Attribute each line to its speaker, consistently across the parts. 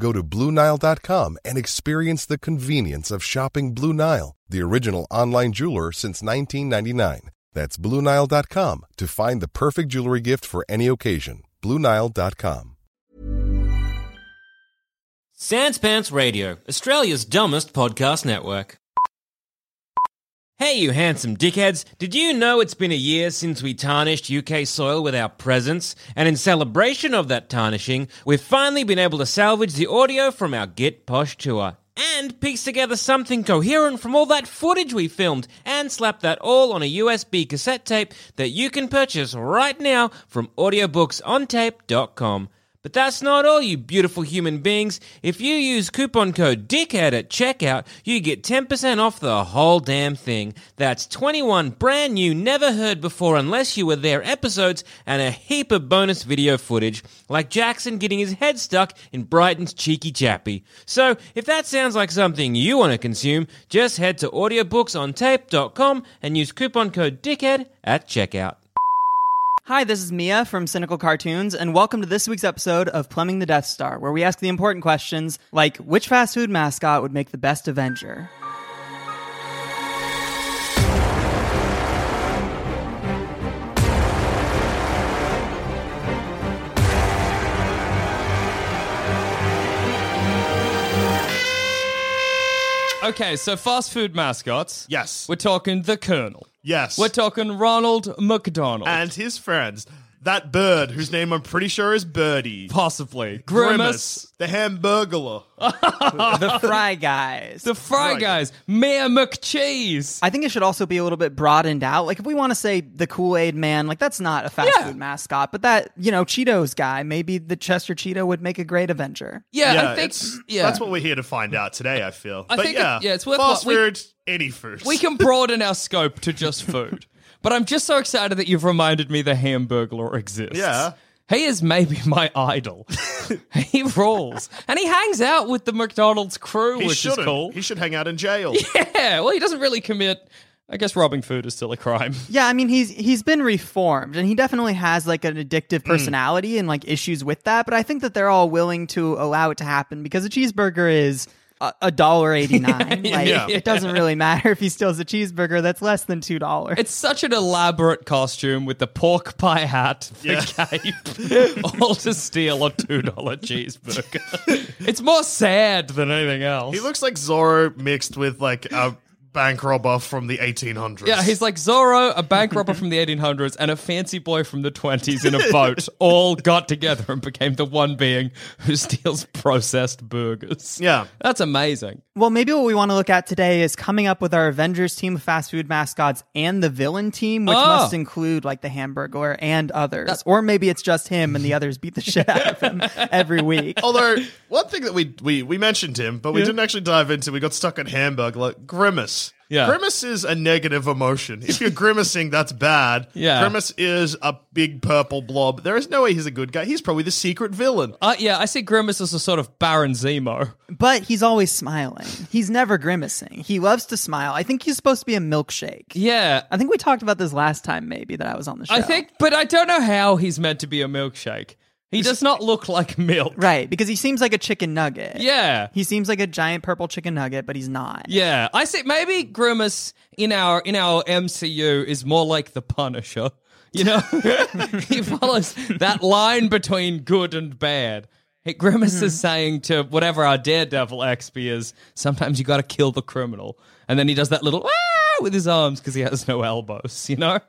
Speaker 1: Go to BlueNile.com and experience the convenience of shopping Blue Nile, the original online jeweler since 1999. That's BlueNile.com to find the perfect jewelry gift for any occasion. BlueNile.com.
Speaker 2: Sans Pants Radio, Australia's dumbest podcast network. Hey, you handsome dickheads! Did you know it's been a year since we tarnished UK soil with our presence? And in celebration of that tarnishing, we've finally been able to salvage the audio from our Get Posh tour. And piece together something coherent from all that footage we filmed and slap that all on a USB cassette tape that you can purchase right now from audiobooksontape.com. But that's not all, you beautiful human beings. If you use coupon code DICKHEAD at checkout, you get 10% off the whole damn thing. That's 21 brand new, never heard before unless you were there episodes and a heap of bonus video footage, like Jackson getting his head stuck in Brighton's Cheeky Chappie. So, if that sounds like something you want to consume, just head to audiobooksontape.com and use coupon code DICKHEAD at checkout.
Speaker 3: Hi, this is Mia from Cynical Cartoons, and welcome to this week's episode of Plumbing the Death Star, where we ask the important questions like which fast food mascot would make the best Avenger?
Speaker 4: Okay, so fast food mascots.
Speaker 5: Yes.
Speaker 4: We're talking the Colonel.
Speaker 5: Yes.
Speaker 4: We're talking Ronald McDonald.
Speaker 5: and his friends. That bird, whose name I'm pretty sure is Birdie.
Speaker 4: possibly
Speaker 5: Grimace,
Speaker 4: Grimace.
Speaker 5: the Hamburglar.
Speaker 3: The Fry Guys.
Speaker 4: The Fry
Speaker 5: Right.
Speaker 4: Guys. Mayor McCheese.
Speaker 3: I think it should also be a little bit broadened out. Like, if we want to say the Kool Aid Man, like, that's not a fast
Speaker 4: Yeah.
Speaker 3: food mascot, but that, you know, Cheetos guy, maybe the Chester Cheeto would make a great Avenger.
Speaker 4: yeah, I think
Speaker 5: it's-
Speaker 4: yeah.
Speaker 5: that's what we're here to find out today. I feel,
Speaker 4: I
Speaker 5: but
Speaker 4: think it-
Speaker 5: yeah,
Speaker 4: yeah, it's worth
Speaker 5: fast
Speaker 4: what we-
Speaker 5: food, any food.
Speaker 4: we can broaden our scope to just food. But I'm just so excited that you've reminded me the Hamburglar exists.
Speaker 5: Yeah.
Speaker 4: He is maybe my idol. he rules. And he hangs out with the McDonald's crew,
Speaker 5: He
Speaker 4: which
Speaker 5: shouldn't.
Speaker 4: is cool.
Speaker 5: He should hang out in jail.
Speaker 4: Yeah, well, he doesn't really commit. I guess robbing food is still a crime.
Speaker 3: Yeah, I mean he's he's been reformed and he definitely has like an addictive
Speaker 5: Hmm.
Speaker 3: personality and like issues with that, but I think that they're all willing to allow it to happen because a cheeseburger is a a dollar eighty nine. Like
Speaker 5: yeah.
Speaker 3: it doesn't really matter if he steals a cheeseburger that's less than two dollars.
Speaker 4: It's such an elaborate costume with the pork pie hat, the cape, all to steal a two dollar cheeseburger. it's more sad than anything else.
Speaker 5: he looks like Zorro mixed with like a bank robber from the 1800s.
Speaker 4: yeah, he's like Zorro, a bank robber from the 1800s, and a fancy boy from the 20s in a boat all got together and became the one being who steals processed burgers.
Speaker 5: Yeah.
Speaker 4: That's amazing.
Speaker 3: Well, maybe what we want to look at today is coming up with our Avengers team of fast food mascots and the villain team, which
Speaker 4: Oh.
Speaker 3: must include like the Hamburglar and others.
Speaker 5: Uh,
Speaker 3: or maybe it's just him and the others beat the shit out of him every week.
Speaker 5: Although one thing that we we, we mentioned him, but we didn't actually dive into. We got stuck on Hamburglar. Grimace.
Speaker 4: Yeah.
Speaker 5: Grimace is a negative emotion. If you're grimacing, that's bad.
Speaker 4: Yeah.
Speaker 5: Grimace is a big purple blob. There is no way he's a good guy. He's probably the secret villain.
Speaker 4: Uh, yeah, I see Grimace as a sort of Baron Zemo.
Speaker 3: But he's always smiling. He's never grimacing. He loves to smile. I think he's supposed to be a milkshake.
Speaker 4: Yeah,
Speaker 3: I think we talked about this last time, maybe, that I was on the show.
Speaker 4: I think, but I don't know how he's meant to be a milkshake. He does not look like milk.
Speaker 3: Right, because he seems like a chicken nugget.
Speaker 4: Yeah.
Speaker 3: He seems like a giant purple chicken nugget, but he's not.
Speaker 4: Yeah. I see maybe Grimace in our in our MCU is more like the Punisher. You know? he follows that line between good and bad. Hey, Grimace is saying to whatever our daredevil XP is, sometimes you got to kill the criminal. And then he does that little ah with his arms because he has no elbows, you know?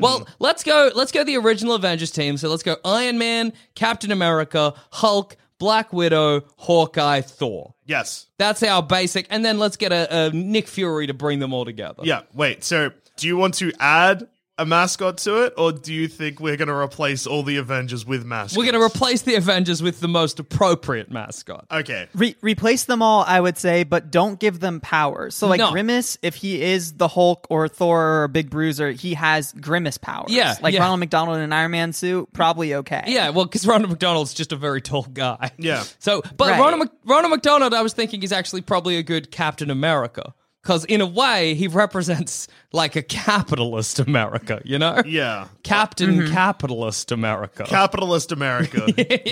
Speaker 4: Well, let's go let's go the original Avengers team. So let's go Iron Man, Captain America, Hulk, Black Widow, Hawkeye, Thor.
Speaker 5: Yes.
Speaker 4: That's our basic. And then let's get a, a Nick Fury to bring them all together.
Speaker 5: Yeah. Wait. So, do you want to add a mascot to it, or do you think we're going to replace all the Avengers with mascots?
Speaker 4: We're going to replace the Avengers with the most appropriate mascot.
Speaker 5: Okay.
Speaker 3: Re- replace them all, I would say, but don't give them power. So, like
Speaker 4: No.
Speaker 3: Grimace, if he is the Hulk or Thor or Big Bruiser, he has Grimace powers.
Speaker 4: Yeah,
Speaker 3: like
Speaker 4: yeah.
Speaker 3: Ronald McDonald in an Iron Man suit, probably okay.
Speaker 4: Yeah, well, because Ronald McDonald's just a very tall guy.
Speaker 5: Yeah.
Speaker 4: So, but
Speaker 3: Right.
Speaker 4: Ronald, Mc, Ronald McDonald, I was thinking, is actually probably a good Captain America. Because in a way, he represents like a capitalist America, you know?
Speaker 5: Yeah.
Speaker 4: Captain Capitalist America.
Speaker 5: Capitalist America.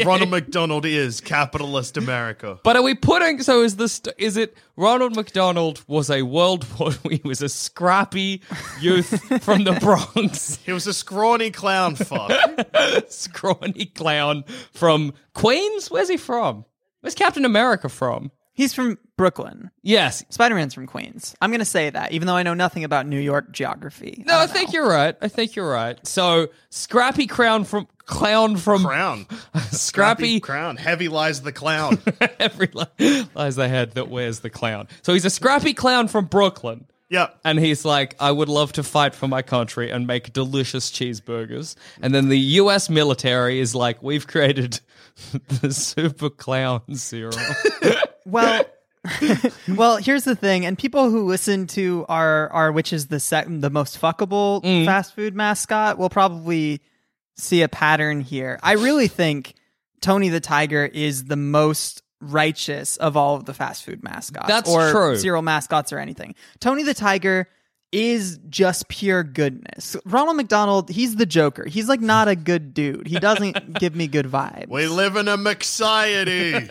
Speaker 5: Ronald McDonald is capitalist America.
Speaker 4: but are we putting? So is this? Is it Ronald McDonald was a world war? He was a scrappy youth from the Bronx,
Speaker 5: He was a scrawny clown fuck.
Speaker 4: scrawny clown from Queens. Where's he from? Where's Captain America from?
Speaker 3: He's from Brooklyn.
Speaker 4: Yes,
Speaker 3: Spider Man's from Queens. I'm going to say that, even though I know nothing about New York geography.
Speaker 4: No, I, think you're right. I think you're right. So Scrappy Crown from Clown from
Speaker 5: Crown.
Speaker 4: Scrappy,
Speaker 5: Crown. Heavy lies the clown.
Speaker 4: every li- lies the head that wears the clown. So he's a Scrappy Clown from Brooklyn.
Speaker 5: Yep.
Speaker 4: And he's like, I would love to fight for my country and make delicious cheeseburgers. And then the US military is like, we've created the super clown serum.
Speaker 3: Well, well, here's the thing, and people who listen to our our which is the sec- the most fuckable
Speaker 4: Mm.
Speaker 3: fast food mascot will probably see a pattern here. I really think Tony the Tiger is the most righteous of all of the fast food mascots.
Speaker 4: That's
Speaker 3: or
Speaker 4: true.
Speaker 3: Serial mascots or anything. Tony the Tiger is just pure goodness. Ronald McDonald, he's the Joker. He's like not a good dude. He doesn't give me good vibes.
Speaker 5: We live in a McSiety.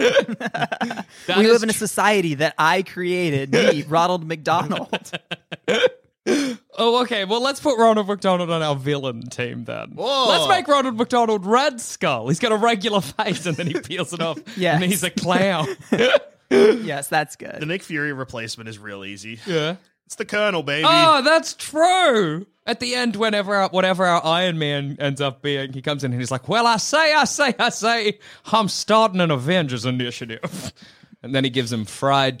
Speaker 4: That
Speaker 3: we
Speaker 4: is
Speaker 3: live in a society that I created, me, Ronald McDonald.
Speaker 4: Oh, okay. Well, let's put Ronald McDonald on our villain team then.
Speaker 5: Whoa.
Speaker 4: Let's make Ronald McDonald Red Skull. He's got a regular face and then he peels it off.
Speaker 3: Yes.
Speaker 4: And he's a clown.
Speaker 3: Yes, that's
Speaker 5: the
Speaker 3: good.
Speaker 5: Nick Fury replacement is real easy.
Speaker 4: yeah.
Speaker 5: It's the Colonel, baby.
Speaker 4: Oh, that's true. At the end, whenever our, whatever our Iron Man ends up being, he comes in and he's like, Well, I say, I say, I say, I'm starting an Avengers initiative. And then he gives him fried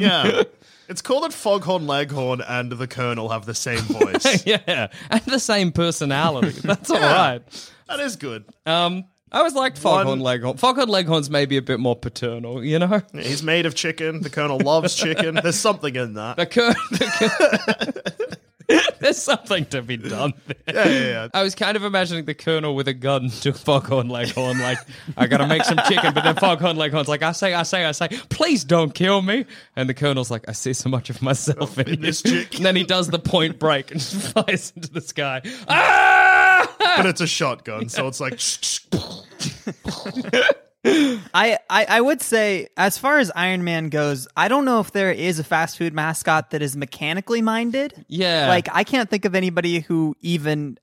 Speaker 5: Yeah. It's cool that Foghorn Leghorn and the Colonel have the same voice.
Speaker 4: yeah. And the same personality. That's all right.
Speaker 5: that is good.
Speaker 4: Um, I always liked Foghorn
Speaker 5: One-
Speaker 4: Leghorn. Foghorn Leghorn's maybe a bit more paternal, you know?
Speaker 5: He's made of chicken. The Colonel loves chicken. There's something in that.
Speaker 4: The cur- the cur- There's something to be done there.
Speaker 5: Yeah, yeah, yeah.
Speaker 4: I was kind of imagining the colonel with a gun to Foghorn Leghorn, like, I gotta make some chicken, but then Foghorn Leghorn's like, I say, I say, I say, please don't kill me. And the colonel's like, I see so much of myself in,
Speaker 5: In
Speaker 4: you."
Speaker 5: this chick.
Speaker 4: And then he does the point break and flies into the sky. Ah!
Speaker 5: But it's a shotgun, so it's like.
Speaker 3: I, I, I would say, as far as Iron Man goes, I don't know if there is a fast food mascot that is mechanically minded.
Speaker 4: Yeah.
Speaker 3: Like, I can't think of anybody who even.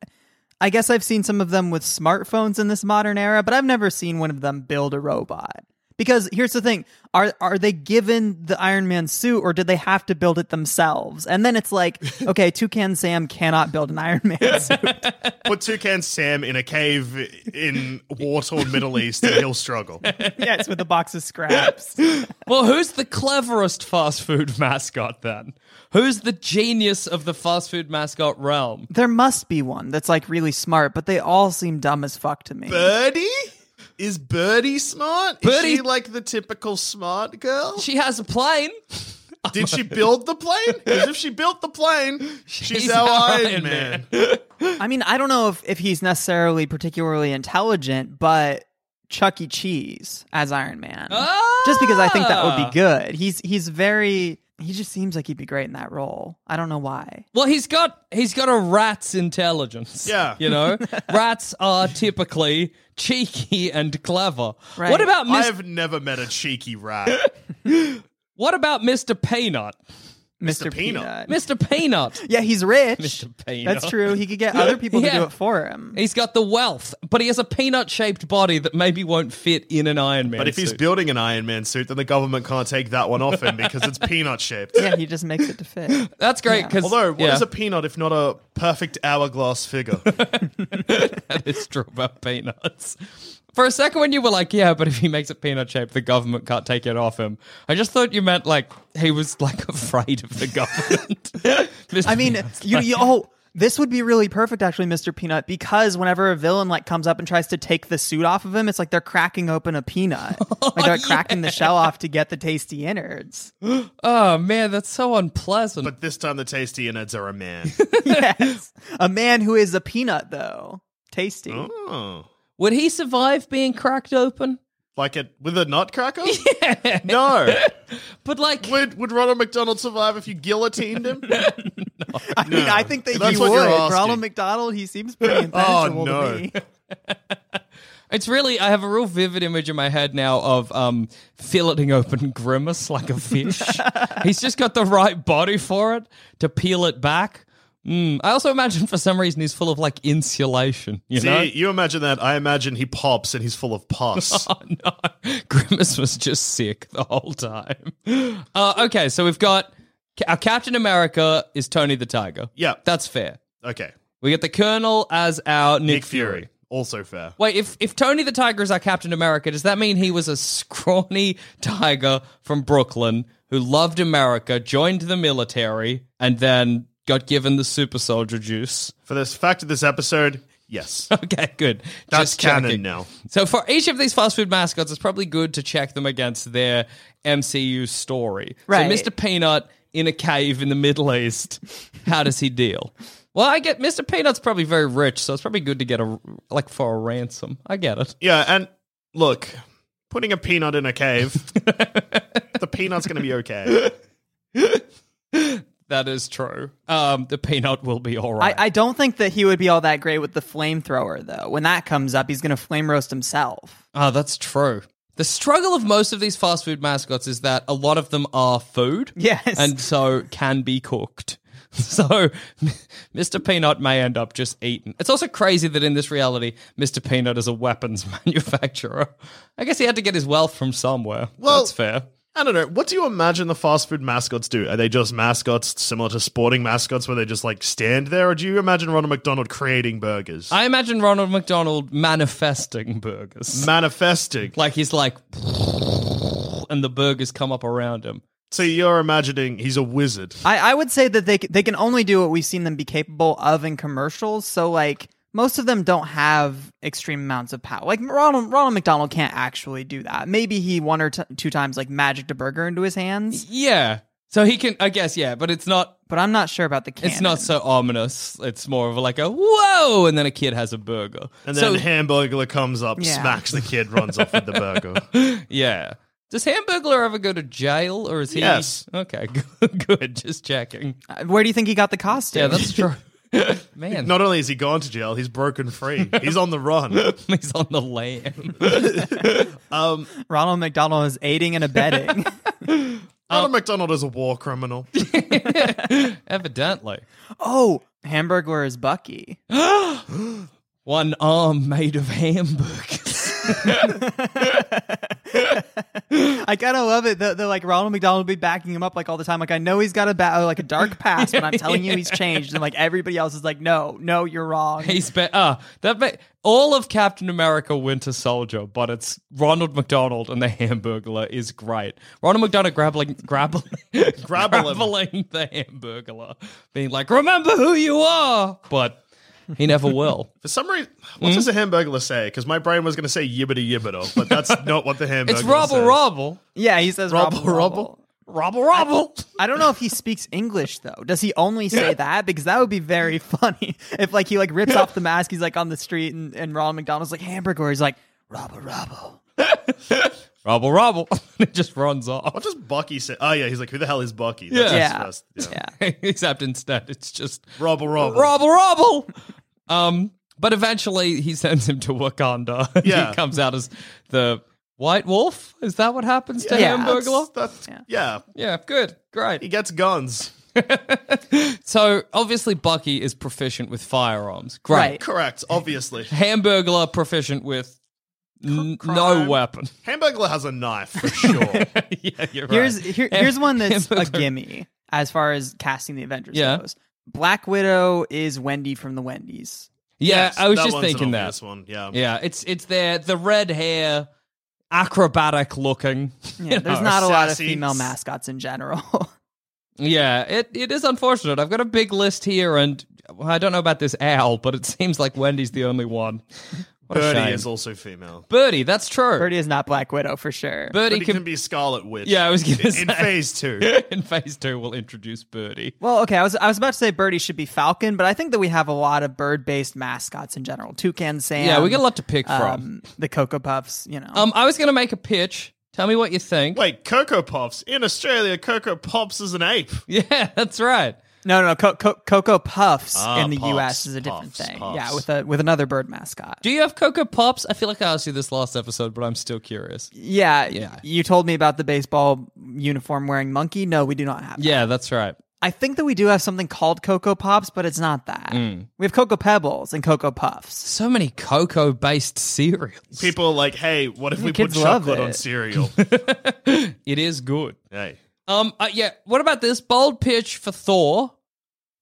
Speaker 3: I guess I've seen some of them with smartphones in this modern era, but I've never seen one of them build a robot. Because here's the thing are, are they given the Iron Man suit or did they have to build it themselves? And then it's like, okay, Toucan Sam cannot build an Iron Man suit.
Speaker 5: Put Toucan Sam in a cave in war torn Middle East and he'll struggle.
Speaker 3: yes, with a box of scraps.
Speaker 4: Well, who's the cleverest fast food mascot then? Who's the genius of the fast food mascot realm?
Speaker 3: There must be one that's like really smart, but they all seem dumb as fuck to me.
Speaker 5: Birdie? Is Birdie smart?
Speaker 4: Birdie-
Speaker 5: Is she like the typical smart girl?
Speaker 4: She has a plane.
Speaker 5: Did she build the plane? Because if she built the plane, she's, our Iron, Man.
Speaker 3: I mean, I don't know if, if he's necessarily particularly intelligent, but Chuck E. Cheese as Iron Man. Just because I think that
Speaker 4: Ah.
Speaker 3: would be good. He's he's very he just seems like he'd be great in that role. I don't know why.
Speaker 4: Well, he's got he's got a rat's intelligence.
Speaker 5: Yeah.
Speaker 4: you know, rats are typically cheeky and clever.
Speaker 3: Right.
Speaker 4: What about
Speaker 5: I
Speaker 4: Mis-
Speaker 5: have never met a cheeky rat.
Speaker 4: what about Mister Peanut?
Speaker 3: Mr.
Speaker 5: Mr. Peanut.
Speaker 4: Mr. Peanut.
Speaker 3: Yeah, he's rich.
Speaker 4: Mr. Peanut.
Speaker 3: That's true. He could get other people to
Speaker 4: Yeah.
Speaker 3: do it for him.
Speaker 4: He's got the wealth, but he has a peanut shaped body that maybe won't fit in an Iron Man.
Speaker 5: But if he's
Speaker 4: suit.
Speaker 5: building an Iron Man suit, then the government can't take that one off him because it's peanut shaped.
Speaker 3: Yeah, he just makes it to fit.
Speaker 4: that's great because
Speaker 5: Although, what is a peanut if not a perfect hourglass figure?
Speaker 4: that is true about peanuts. For a second, when you were like, "Yeah, but if he makes it peanut shaped, the government can't take it off him," I just thought you meant like he was like afraid of the government. Mr.
Speaker 3: I mean,
Speaker 4: Peanut's
Speaker 3: you,
Speaker 4: like-
Speaker 3: you oh, this would be really perfect actually, Mr. Peanut, because whenever a villain like comes up and tries to take the suit off of him, it's like they're cracking open a peanut. like
Speaker 5: Oh,
Speaker 3: they're cracking the shell off to get the tasty innards.
Speaker 4: oh man, that's so unpleasant.
Speaker 5: but this time the tasty innards are a man.
Speaker 3: yes. A man who is a peanut though. Tasty.
Speaker 5: Oh.
Speaker 4: Would he survive being cracked open?
Speaker 5: Like it with a nutcracker? No.
Speaker 4: But like,
Speaker 5: Would would Ronald McDonald survive if you guillotined him?
Speaker 3: I mean, I think that
Speaker 5: That's
Speaker 3: he
Speaker 5: what
Speaker 3: would.
Speaker 5: you're asking.
Speaker 3: Ronald McDonald, he seems pretty
Speaker 5: Oh,
Speaker 3: impenetrable to
Speaker 5: no.
Speaker 3: me.
Speaker 4: It's really, I have a real vivid image in my head now of um, filleting open Grimace like a fish. He's just got the right body for it to peel it back. Mm. I also imagine for some reason he's full of like insulation, you
Speaker 5: See,
Speaker 4: know?
Speaker 5: you imagine that. I imagine he pops and he's full of pus.
Speaker 4: Oh, no. Grimace was just sick the whole time. Uh, okay, so we've got our Captain America is Tony the Tiger.
Speaker 5: Yeah.
Speaker 4: That's fair.
Speaker 5: okay.
Speaker 4: We get the Colonel as our Nick,
Speaker 5: Nick Fury.
Speaker 4: Fury.
Speaker 5: Also fair.
Speaker 4: Wait, if if Tony the Tiger is our Captain America, does that mean he was a scrawny tiger from Brooklyn who loved America, joined the military, and then got given the super soldier juice?
Speaker 5: For this fact of this episode, yes.
Speaker 4: Okay, good.
Speaker 5: That's canon
Speaker 4: checking.
Speaker 5: now.
Speaker 4: So for each of these fast food mascots, it's probably good to check them against their MCU story.
Speaker 3: Right.
Speaker 4: So Mr. Peanut in a cave in the Middle East, how does he deal? Well, I get Mr. Peanut's probably very rich, so it's probably good to get a like for a ransom. I get it.
Speaker 5: Yeah, and look, putting a peanut in a cave, the peanut's going to be okay.
Speaker 4: That is true. Um, the peanut will be all
Speaker 3: I,
Speaker 4: right.
Speaker 3: I don't think that he would be all that great with the flamethrower though. When that comes up, he's gonna flame roast himself.
Speaker 4: Ah, that's true. The struggle of most of these fast food mascots is that a lot of them are food.
Speaker 3: Yes.
Speaker 4: And so can be cooked. So Mr. Peanut may end up just eaten. It's also crazy that in this reality, Mr. Peanut is a weapons manufacturer. I guess he had to get his wealth from somewhere.
Speaker 5: Well-
Speaker 4: that's fair.
Speaker 5: I don't know. What do you imagine the fast food mascots do? Are they just mascots similar to sporting mascots where they just like stand there? Or do you imagine Ronald McDonald creating burgers?
Speaker 4: I imagine Ronald McDonald manifesting burgers.
Speaker 5: Manifesting.
Speaker 4: like he's like, and the burgers come up around him.
Speaker 5: so you're imagining he's a wizard.
Speaker 3: I, I would say that they c- they can only do what we've seen them be capable of in commercials. So like most of them don't have extreme amounts of power. Like Ronald Ronald McDonald can't actually do that. Maybe he one or t- two times like magic a burger into his hands,
Speaker 4: Yeah. So he can, I guess, yeah, but it's not.
Speaker 3: but I'm not sure about the canon.
Speaker 4: It's not so ominous. It's more of like a whoa, and then a kid has a burger.
Speaker 5: And
Speaker 4: so,
Speaker 5: then Hamburglar comes up,
Speaker 3: Yeah.
Speaker 5: smacks the kid, runs off with the burger.
Speaker 4: yeah. Does Hamburglar ever go to jail, or is he?
Speaker 5: Yes.
Speaker 4: Okay, good. good. Just checking.
Speaker 3: Uh, Where do you think he got the costume?
Speaker 4: Yeah, that's true. Man,
Speaker 5: Not only is he gone to jail, he's broken free. He's on the run.
Speaker 4: he's on the lam.
Speaker 3: Ronald McDonald is aiding and abetting.
Speaker 5: Ronald McDonald is a war criminal.
Speaker 4: Evidently,
Speaker 3: oh, Hamburglar is Bucky.
Speaker 4: one arm made of hamburgers.
Speaker 3: I kind of love it. The, the like Ronald McDonald will be backing him up like all the time. Like I know he's got a ba- uh, like a dark past, but I'm telling you he's changed. And like everybody else is like, no, no, you're wrong.
Speaker 4: He's be- ah that be- all of Captain America Winter Soldier, but it's Ronald McDonald and the Hamburglar is great. Ronald McDonald grappling grappling
Speaker 5: Grappling.
Speaker 4: grappling the Hamburglar, being like, "Remember who you are," but he never will.
Speaker 5: For some reason, what does
Speaker 4: Hmm?
Speaker 5: the Hamburglar say? Because my brain was going to say yibbity yibbido, but that's not what the Hamburglar
Speaker 4: it's Robble
Speaker 5: says.
Speaker 4: Robble
Speaker 3: yeah, he says
Speaker 5: Rubble,
Speaker 3: rubble, rubble.
Speaker 5: rubble.
Speaker 4: Robble Robble.
Speaker 3: I don't know if he speaks English though. Does he only say that? Because that would be very funny if like he like rips off the mask. He's like on the street and, and Ronald McDonald's like hamburger. He's like rubble rubble.
Speaker 4: Robble Robble. it just runs
Speaker 5: What
Speaker 4: off.
Speaker 5: does Bucky say? Oh yeah, he's like, who the hell is Bucky? That's
Speaker 4: Yeah.
Speaker 5: his
Speaker 3: Yeah.
Speaker 5: first-
Speaker 3: Yeah.
Speaker 4: Except instead, it's just
Speaker 5: Robble, robble.
Speaker 4: Robble Robble. Um, but eventually he sends him to Wakanda.
Speaker 5: Yeah.
Speaker 4: he comes out as the White Wolf? Is that what happens to
Speaker 3: Yeah.
Speaker 4: Hamburglar?
Speaker 5: That's,
Speaker 3: Yeah.
Speaker 5: yeah.
Speaker 4: Yeah, good. Great.
Speaker 5: He gets guns.
Speaker 4: So obviously Bucky is proficient with firearms. Great.
Speaker 3: Right.
Speaker 5: Correct, obviously.
Speaker 4: Hamburglar proficient with n- no
Speaker 5: crime.
Speaker 4: weapon.
Speaker 5: Hamburglar has a knife for sure.
Speaker 4: yeah, you're
Speaker 3: Here's
Speaker 4: right.
Speaker 3: here,
Speaker 4: Ham-
Speaker 3: here's one that's a
Speaker 4: Hamburglar-
Speaker 3: gimme as far as casting the Avengers
Speaker 4: Yeah.
Speaker 3: goes. Black Widow is Wendy from the Wendy's.
Speaker 4: Yeah,
Speaker 5: Yes,
Speaker 4: I was
Speaker 5: that
Speaker 4: just
Speaker 5: one's an
Speaker 4: thinking that.
Speaker 5: obvious One. Yeah.
Speaker 4: Yeah, it's it's there. The red hair, acrobatic looking.
Speaker 3: Yeah, there's not a lot of
Speaker 5: sassy-
Speaker 3: female mascots in general.
Speaker 4: Yeah, it, it is unfortunate. I've got a big list here, and well, I don't know about this owl, but it seems like Wendy's the only one. What a
Speaker 5: Birdie
Speaker 4: shame.
Speaker 5: is also female.
Speaker 4: Birdie, that's true.
Speaker 3: Birdie is not Black Widow for sure.
Speaker 4: Birdie
Speaker 5: But he
Speaker 4: can,
Speaker 5: can, be Scarlet Witch.
Speaker 4: Yeah, I was gonna
Speaker 5: in,
Speaker 4: say.
Speaker 5: in Phase Two.
Speaker 4: in phase two, we'll introduce Birdie.
Speaker 3: well, okay, I was I was about to say Birdie should be Falcon, but I think that we have a lot of bird-based mascots in general. Toucan Sam.
Speaker 4: yeah, we got a lot to pick from.
Speaker 3: um, the Cocoa Puffs, you know.
Speaker 4: Um, I was gonna make a pitch. Tell me what you think.
Speaker 5: Wait, Cocoa Pops in Australia. Cocoa Pops is an ape.
Speaker 4: Yeah, that's right.
Speaker 3: no, no, Co- Co- Cocoa Puffs
Speaker 5: Ah,
Speaker 3: in the
Speaker 5: Puffs,
Speaker 3: US is a different
Speaker 5: Puffs,
Speaker 3: thing.
Speaker 5: Puffs.
Speaker 3: Yeah, with a with another bird mascot.
Speaker 4: Do you have Cocoa Pops? I feel like I asked you this last episode, but I'm still curious.
Speaker 3: Yeah,
Speaker 4: Yeah.
Speaker 3: You told me about the baseball uniform wearing monkey. No, we do not have. that.
Speaker 4: Yeah, that's right.
Speaker 3: I think that we do have something called Cocoa Pops, but it's not that.
Speaker 4: Mm.
Speaker 3: We have Cocoa Pebbles and Cocoa Puffs.
Speaker 4: So many cocoa based cereals.
Speaker 5: People are like, hey, what if we put
Speaker 3: kids love
Speaker 5: chocolate
Speaker 3: it.
Speaker 5: on cereal?
Speaker 4: It is good.
Speaker 5: hey,
Speaker 4: Um, uh, yeah. What about this bold pitch for Thor?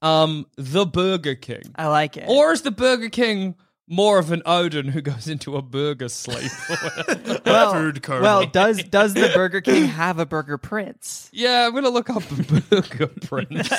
Speaker 4: Um, the Burger King,
Speaker 3: I like it.
Speaker 4: or is the Burger King more of an Odin who goes into a burger sleep?
Speaker 3: well,
Speaker 5: food coma.
Speaker 3: well, does does the Burger King have a Burger Prince?
Speaker 4: yeah, I'm gonna look up Burger Prince,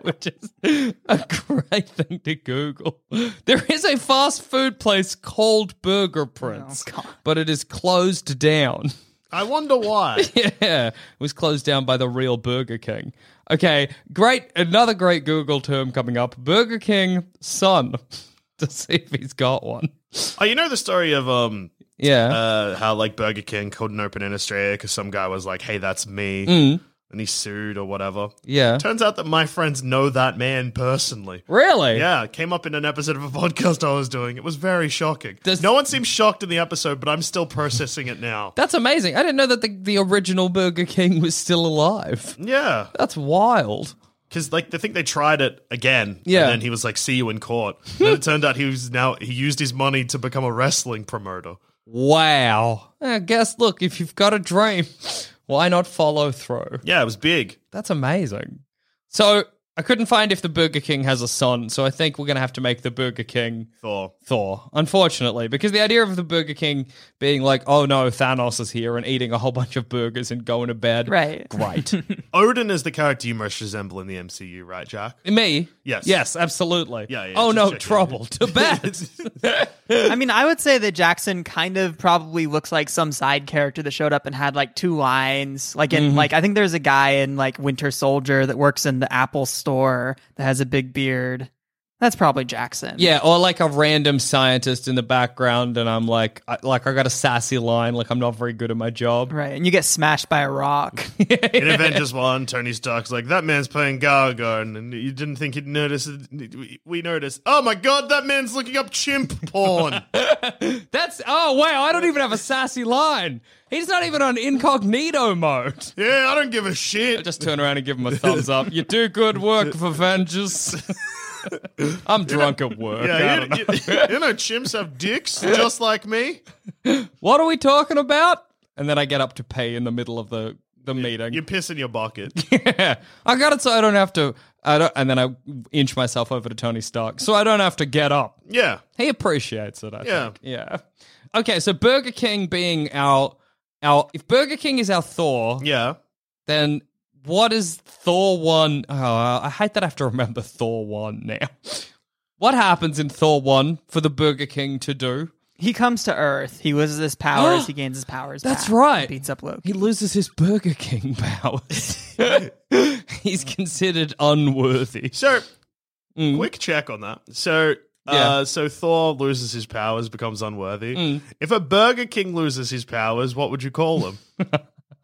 Speaker 4: which is a great thing to Google. There is a fast food place called Burger Prince,
Speaker 3: God.
Speaker 4: but it is closed down.
Speaker 5: I wonder why.
Speaker 4: Yeah, it was closed down by the real Burger King. Okay, great. Another great Google term coming up Burger King son to see if he's got one.
Speaker 5: oh, you know the story of um
Speaker 4: Yeah.
Speaker 5: uh how like Burger King couldn't open in Australia because some guy was like, hey, that's me,
Speaker 3: Mm.
Speaker 5: and he sued or whatever.
Speaker 4: yeah.
Speaker 5: Turns out that my friends know that man personally.
Speaker 4: Really?
Speaker 5: Yeah, it came up in an episode of a podcast I was doing. It was very shocking.
Speaker 4: Does-
Speaker 5: no one seemed shocked in the episode, but I'm still processing it now.
Speaker 4: That's amazing. I didn't know that the, the original Burger King was still alive.
Speaker 5: yeah,
Speaker 4: That's wild.
Speaker 5: because like they think they tried it again.
Speaker 4: Yeah.
Speaker 5: and then he was like, "See you in court." and it turned out he was now he used his money to become a wrestling promoter.
Speaker 4: Wow. I guess, look, if you've got a dream, why not follow through?
Speaker 5: Yeah, it was big.
Speaker 4: That's amazing. So I couldn't find if the Burger King has a son, so I think we're going to have to make the Burger King
Speaker 5: Thor.
Speaker 4: Thor, unfortunately, because the idea of the Burger King being like, oh no, Thanos is here and eating a whole bunch of burgers and going to bed.
Speaker 3: Right.
Speaker 4: Great.
Speaker 5: Odin is the character you most resemble in the MCU, right, Jack?
Speaker 4: Me?
Speaker 5: Yes.
Speaker 4: Yes, absolutely.
Speaker 5: Yeah, yeah,
Speaker 4: oh
Speaker 5: just
Speaker 4: no,
Speaker 5: checking.
Speaker 4: trouble. To bed.
Speaker 3: I mean, I would say that Jackson kind of probably looks like some side character that showed up and had like two lines. Like
Speaker 4: Mm-hmm.
Speaker 3: in like I think there's a guy in like Winter Soldier that works in the Apple store that has a big beard. That's probably Jackson.
Speaker 4: yeah, or like a random scientist in the background, and I'm like, I, like I got a sassy line, like I'm not very good at my job.
Speaker 3: Right. And you get smashed by a rock.
Speaker 5: In Avengers 1, Tony Stark's like, that man's playing Gargoyle, and you didn't think he'd notice it. We noticed. Oh my god, that man's looking up chimp porn.
Speaker 4: That's oh wow, I don't even have a sassy line. He's not even on incognito mode.
Speaker 5: yeah, I don't give a shit.
Speaker 4: Just turn around and give him a thumbs up. You do good work for Vengeance. I'm drunk at work. I
Speaker 5: yeah, you,
Speaker 4: don't know.
Speaker 5: you, you know, chimps have dicks just like me.
Speaker 4: What are we talking about? And then I get up to pay in the middle of the, the meeting.
Speaker 5: You piss in your bucket.
Speaker 4: I got it so I don't have to. I don't, and then I inch myself over to Tony Stark so I don't have to get up.
Speaker 5: Yeah.
Speaker 4: He appreciates it, I
Speaker 5: Yeah.
Speaker 4: think. Yeah. Okay, so Burger King being our. our if Burger King is our Thor,
Speaker 5: Yeah.
Speaker 4: then what is Thor 1? Oh, I hate that I have to remember Thor 1 now. What happens in Thor 1 for the Burger King to do?
Speaker 3: He comes to Earth. He loses his powers. he gains his powers.
Speaker 4: That's
Speaker 3: back,
Speaker 4: right.
Speaker 3: and Beats up Loki.
Speaker 4: He loses his Burger King powers. He's considered unworthy.
Speaker 5: So, quick check on that. So,
Speaker 4: Mm. Yeah. Mm.
Speaker 5: uh, so Thor loses his powers, becomes unworthy. If a Burger King loses his powers, what would you call him?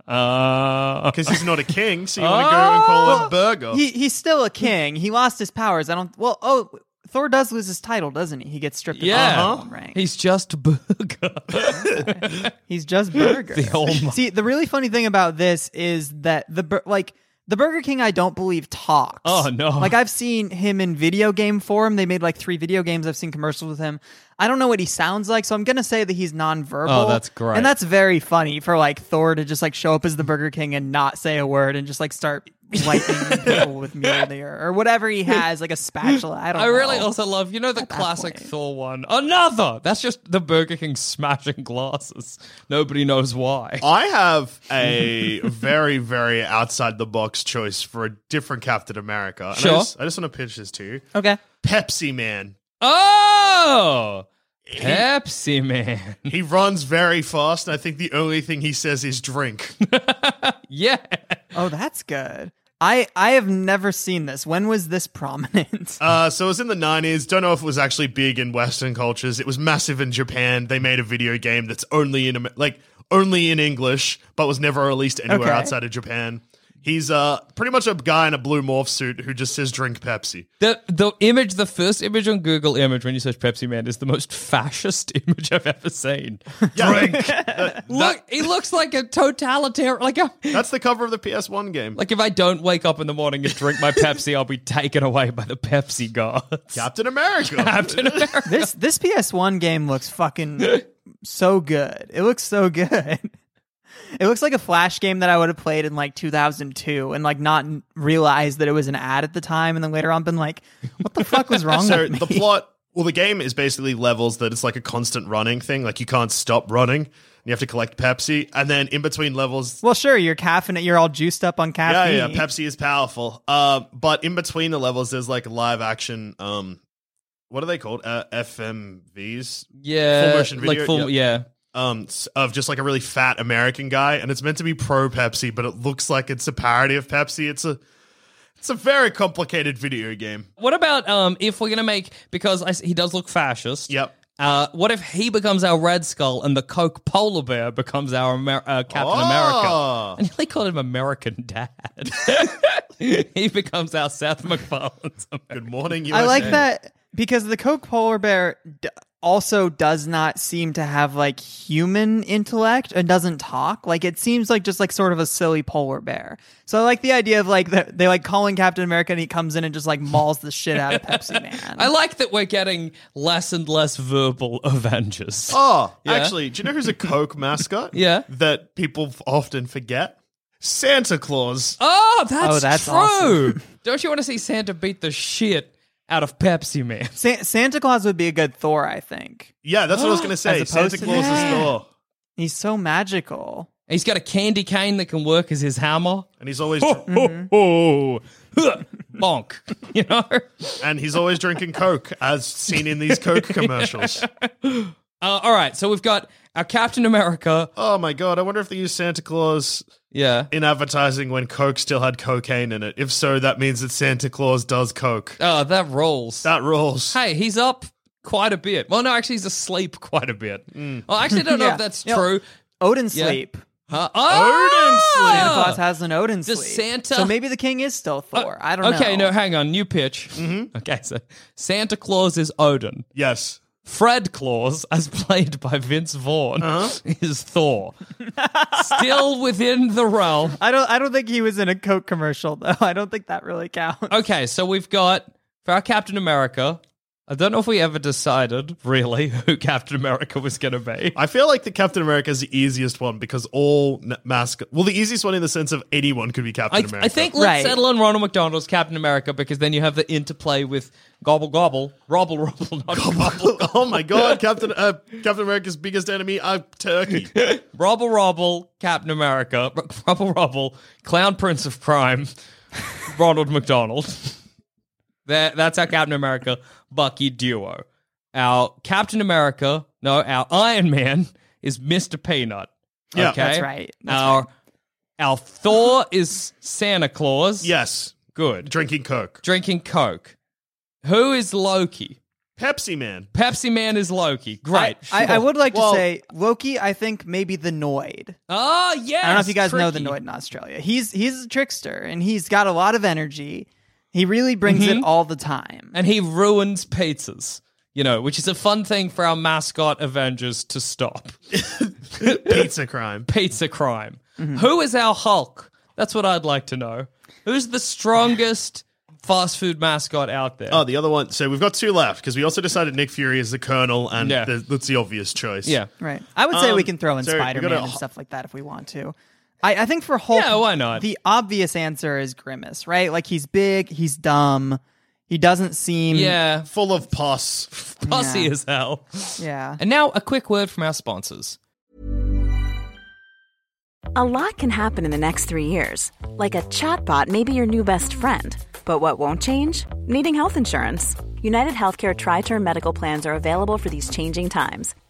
Speaker 4: Uh,
Speaker 5: Because he's not a
Speaker 4: Oh.
Speaker 5: king, so you want to go and call him Burger.
Speaker 3: He, he's still a king. He lost his powers. I don't. Well, oh, Thor does lose his title, doesn't he? He gets stripped of
Speaker 4: Yeah.
Speaker 3: the number one rank.
Speaker 4: He's just burger.
Speaker 3: He's just burger.
Speaker 4: The almighty.
Speaker 3: See, the really funny thing about this is that the bur- like the Burger King I don't believe talks.
Speaker 4: Oh, no.
Speaker 3: Like I've seen him in video game form. They made like 3 video games. I've seen commercials with him. I don't know what he sounds like, so I'm going to say that he's nonverbal.
Speaker 4: Oh, that's great.
Speaker 3: And that's very funny for like Thor to just like show up as the Burger King and not say a word and just like start wiping people with Mjolnir or whatever he has like a spatula. I don't
Speaker 4: I
Speaker 3: know.
Speaker 4: really also love, you know, the classic
Speaker 3: point.
Speaker 4: Thor one. Another. That's just the Burger King smashing glasses. Nobody knows why.
Speaker 5: I have a very, very outside the box choice for a different Captain America. And I
Speaker 4: Sure.
Speaker 5: just, I just want to pitch this to you.
Speaker 3: Okay.
Speaker 5: Pepsi Man.
Speaker 4: Oh, Pepsi Man.
Speaker 5: He runs very fast, and I think the only thing he says is drink.
Speaker 4: Yeah.
Speaker 3: Oh, that's good. I I have never seen this. When was this prominent?
Speaker 5: Uh, so it was in the 90s. Don't know if it was actually big in Western cultures. It was massive in Japan. They made a video game that's only in Am- like only in English, but was never released anywhere
Speaker 3: Okay.
Speaker 5: outside of Japan. He's uh, pretty much a guy in a blue morph suit who just says drink Pepsi.
Speaker 4: The the image, the first image on Google image when you search Pepsi Man is the most fascist image I've ever seen.
Speaker 5: Drink.
Speaker 4: Look, he looks like a totalitarian, like a
Speaker 5: that's the cover of the PS1 game.
Speaker 4: like if I don't wake up in the morning and drink my Pepsi, I'll be taken away by the Pepsi gods.
Speaker 5: Captain America.
Speaker 4: Captain America.
Speaker 3: this this PS1 game looks fucking so good. It looks so good. It looks like a flash game that I would have played in like 2002 and like not n- realized that it was an ad at the time and then later on been like, what the fuck was wrong
Speaker 5: so
Speaker 3: with me?
Speaker 5: the plot well the game is basically levels that it's like a constant running thing like you can't stop running and you have to collect pepsi and then in between levels
Speaker 3: well, sure, you're caffeinated. You're all juiced up on
Speaker 5: yeah
Speaker 3: caffeine.
Speaker 5: yeah pepsi is powerful um but in between the levels there's like live action um what are they called uh, fmvs
Speaker 4: Yeah,
Speaker 5: Full motion
Speaker 4: like
Speaker 5: video,
Speaker 4: full, yeah.
Speaker 5: um s- of just like a really fat american guy and it's meant to be pro pepsi but it looks like it's a parody of pepsi it's a it's a very complicated video game
Speaker 4: What about um if we're gonna make because I s he does look fascist?
Speaker 5: Yep.
Speaker 4: Uh, what if he becomes our Red Skull and the Coke polar bear becomes our Amer- uh, Captain
Speaker 5: Oh.
Speaker 3: Ah!
Speaker 4: America? I nearly called him American Dad. he becomes our Seth MacFarlane's America.
Speaker 5: good morning USA.
Speaker 3: I like that because the Coke polar bear d- also does not seem to have like human intellect and doesn't talk. Like it seems like just like sort of a silly polar bear. So I like the idea of like the, they like calling Captain America and he comes in and just like mauls the shit out of Pepsi Man.
Speaker 4: I like that we're getting less and less verbal Avengers.
Speaker 5: Oh,
Speaker 4: Yeah?
Speaker 5: actually, do you know who's a Coke mascot?
Speaker 4: Yeah.
Speaker 5: That people f- often forget? Santa Claus.
Speaker 4: Oh, that's,
Speaker 3: Oh, that's
Speaker 4: true.
Speaker 3: awesome.
Speaker 4: Don't you want to see Santa beat the shit out of Pepsi Man?
Speaker 3: Sa- Santa Claus would be a good Thor, I think.
Speaker 5: Yeah, that's what I was going to say.
Speaker 3: As opposed
Speaker 5: Santa
Speaker 3: to-
Speaker 5: Claus is
Speaker 3: Yeah.
Speaker 5: Thor.
Speaker 3: He's so magical.
Speaker 4: He's got a candy cane that can work as his hammer.
Speaker 5: And he's always
Speaker 3: Oh.
Speaker 4: ho, ho, ho. Huh. Bonk. You know?
Speaker 5: and he's always drinking Coke, as seen in these Coke commercials.
Speaker 4: Uh, all right, so we've got our Captain America.
Speaker 5: Oh my god! I wonder if they used Santa Claus
Speaker 4: Yeah.
Speaker 5: in advertising when Coke still had cocaine in it. If so, that means that Santa Claus does Coke.
Speaker 4: Oh, that rolls.
Speaker 5: That rules.
Speaker 4: hey, he's up quite a bit. Well, no, actually, he's asleep quite a bit. Well, I actually don't know
Speaker 3: Yeah.
Speaker 4: if that's
Speaker 3: Yeah.
Speaker 4: true.
Speaker 3: Odin
Speaker 4: Yeah.
Speaker 3: sleep.
Speaker 4: Huh? Oh!
Speaker 3: Santa Claus has an Odin
Speaker 4: Does
Speaker 3: sleep.
Speaker 4: Santa- Uh,
Speaker 3: So maybe the king is still Thor. I don't know.
Speaker 4: Okay, no, hang on. New pitch. Okay, so Santa Claus is Odin.
Speaker 5: Yes.
Speaker 4: Fred Claus, as played by Vince Vaughn, is Thor. Still within the realm
Speaker 3: I don't. I don't think he was in a Coke commercial though. I don't think that really counts.
Speaker 4: Okay, so we've got for our Captain America. I don't know if we ever decided really who Captain America was going to be.
Speaker 5: I feel like the Captain America is the easiest one because all n- mascot. Well, the easiest one in the sense of anyone could be
Speaker 4: I,
Speaker 5: Captain America.
Speaker 4: I think let's
Speaker 3: Right.
Speaker 4: settle on Ronald McDonald's Captain America because then you have the interplay with Gobble Gobble, Robble Robble, not Gobble,
Speaker 5: oh my god, Captain uh, Captain America's biggest enemy, uh, Turkey.
Speaker 4: Robble Robble, Captain America, R- Robble Robble, Clown Prince of Crime, Ronald McDonald. That, that's our Captain America Bucky duo. Our Captain America, no, our Iron Man is Mr. Peanut.
Speaker 5: Yeah.
Speaker 4: okay? Uh,
Speaker 3: That's right. That's
Speaker 4: our our Thor is Santa Claus.
Speaker 5: Yes,
Speaker 4: good.
Speaker 5: drinking Coke.
Speaker 4: Drinking Coke. Who is Loki?
Speaker 5: Pepsi Man.
Speaker 4: Pepsi Man is Loki. Great.
Speaker 3: I, I would like
Speaker 5: Well-
Speaker 3: to say Loki. I think maybe the Noid.
Speaker 4: Oh yes.
Speaker 3: I don't know if you guys know the
Speaker 4: tricky.
Speaker 3: Noid in Australia. He's he's a trickster and he's got a lot of energy. He really brings it all the time.
Speaker 4: Mm-hmm. and he ruins pizzas. You know, which is a fun thing for our mascot Avengers to stop.
Speaker 5: Pizza crime.
Speaker 4: Pizza crime.
Speaker 3: Mhm.
Speaker 4: Who is our Hulk? That's what I'd like to know. Who's the strongest fast food mascot out there?
Speaker 5: Oh, the other one. So we've got two left because we also decided Nick Fury is the Colonel, and
Speaker 4: Yeah.
Speaker 5: the, that's the obvious choice.
Speaker 4: yeah.
Speaker 3: Right. I would say we
Speaker 5: Um,
Speaker 3: can throw in
Speaker 5: sorry, we gotta
Speaker 3: Spider Man and
Speaker 5: h-
Speaker 3: stuff like that if we want to. I, I think for Hulk,
Speaker 4: Yeah, why not?
Speaker 3: The obvious answer is Grimace, right? Like he's big, he's dumb, he doesn't seem
Speaker 4: Yeah.
Speaker 5: Full of pus.
Speaker 4: Pussy
Speaker 3: Yeah.
Speaker 4: as hell.
Speaker 3: yeah.
Speaker 4: And now a quick word from our sponsors.
Speaker 6: A lot can happen in the next three years. Like a chatbot may be your new best friend. But what won't change? Needing health insurance. United Healthcare Tri Term Medical Plans are available for these changing times.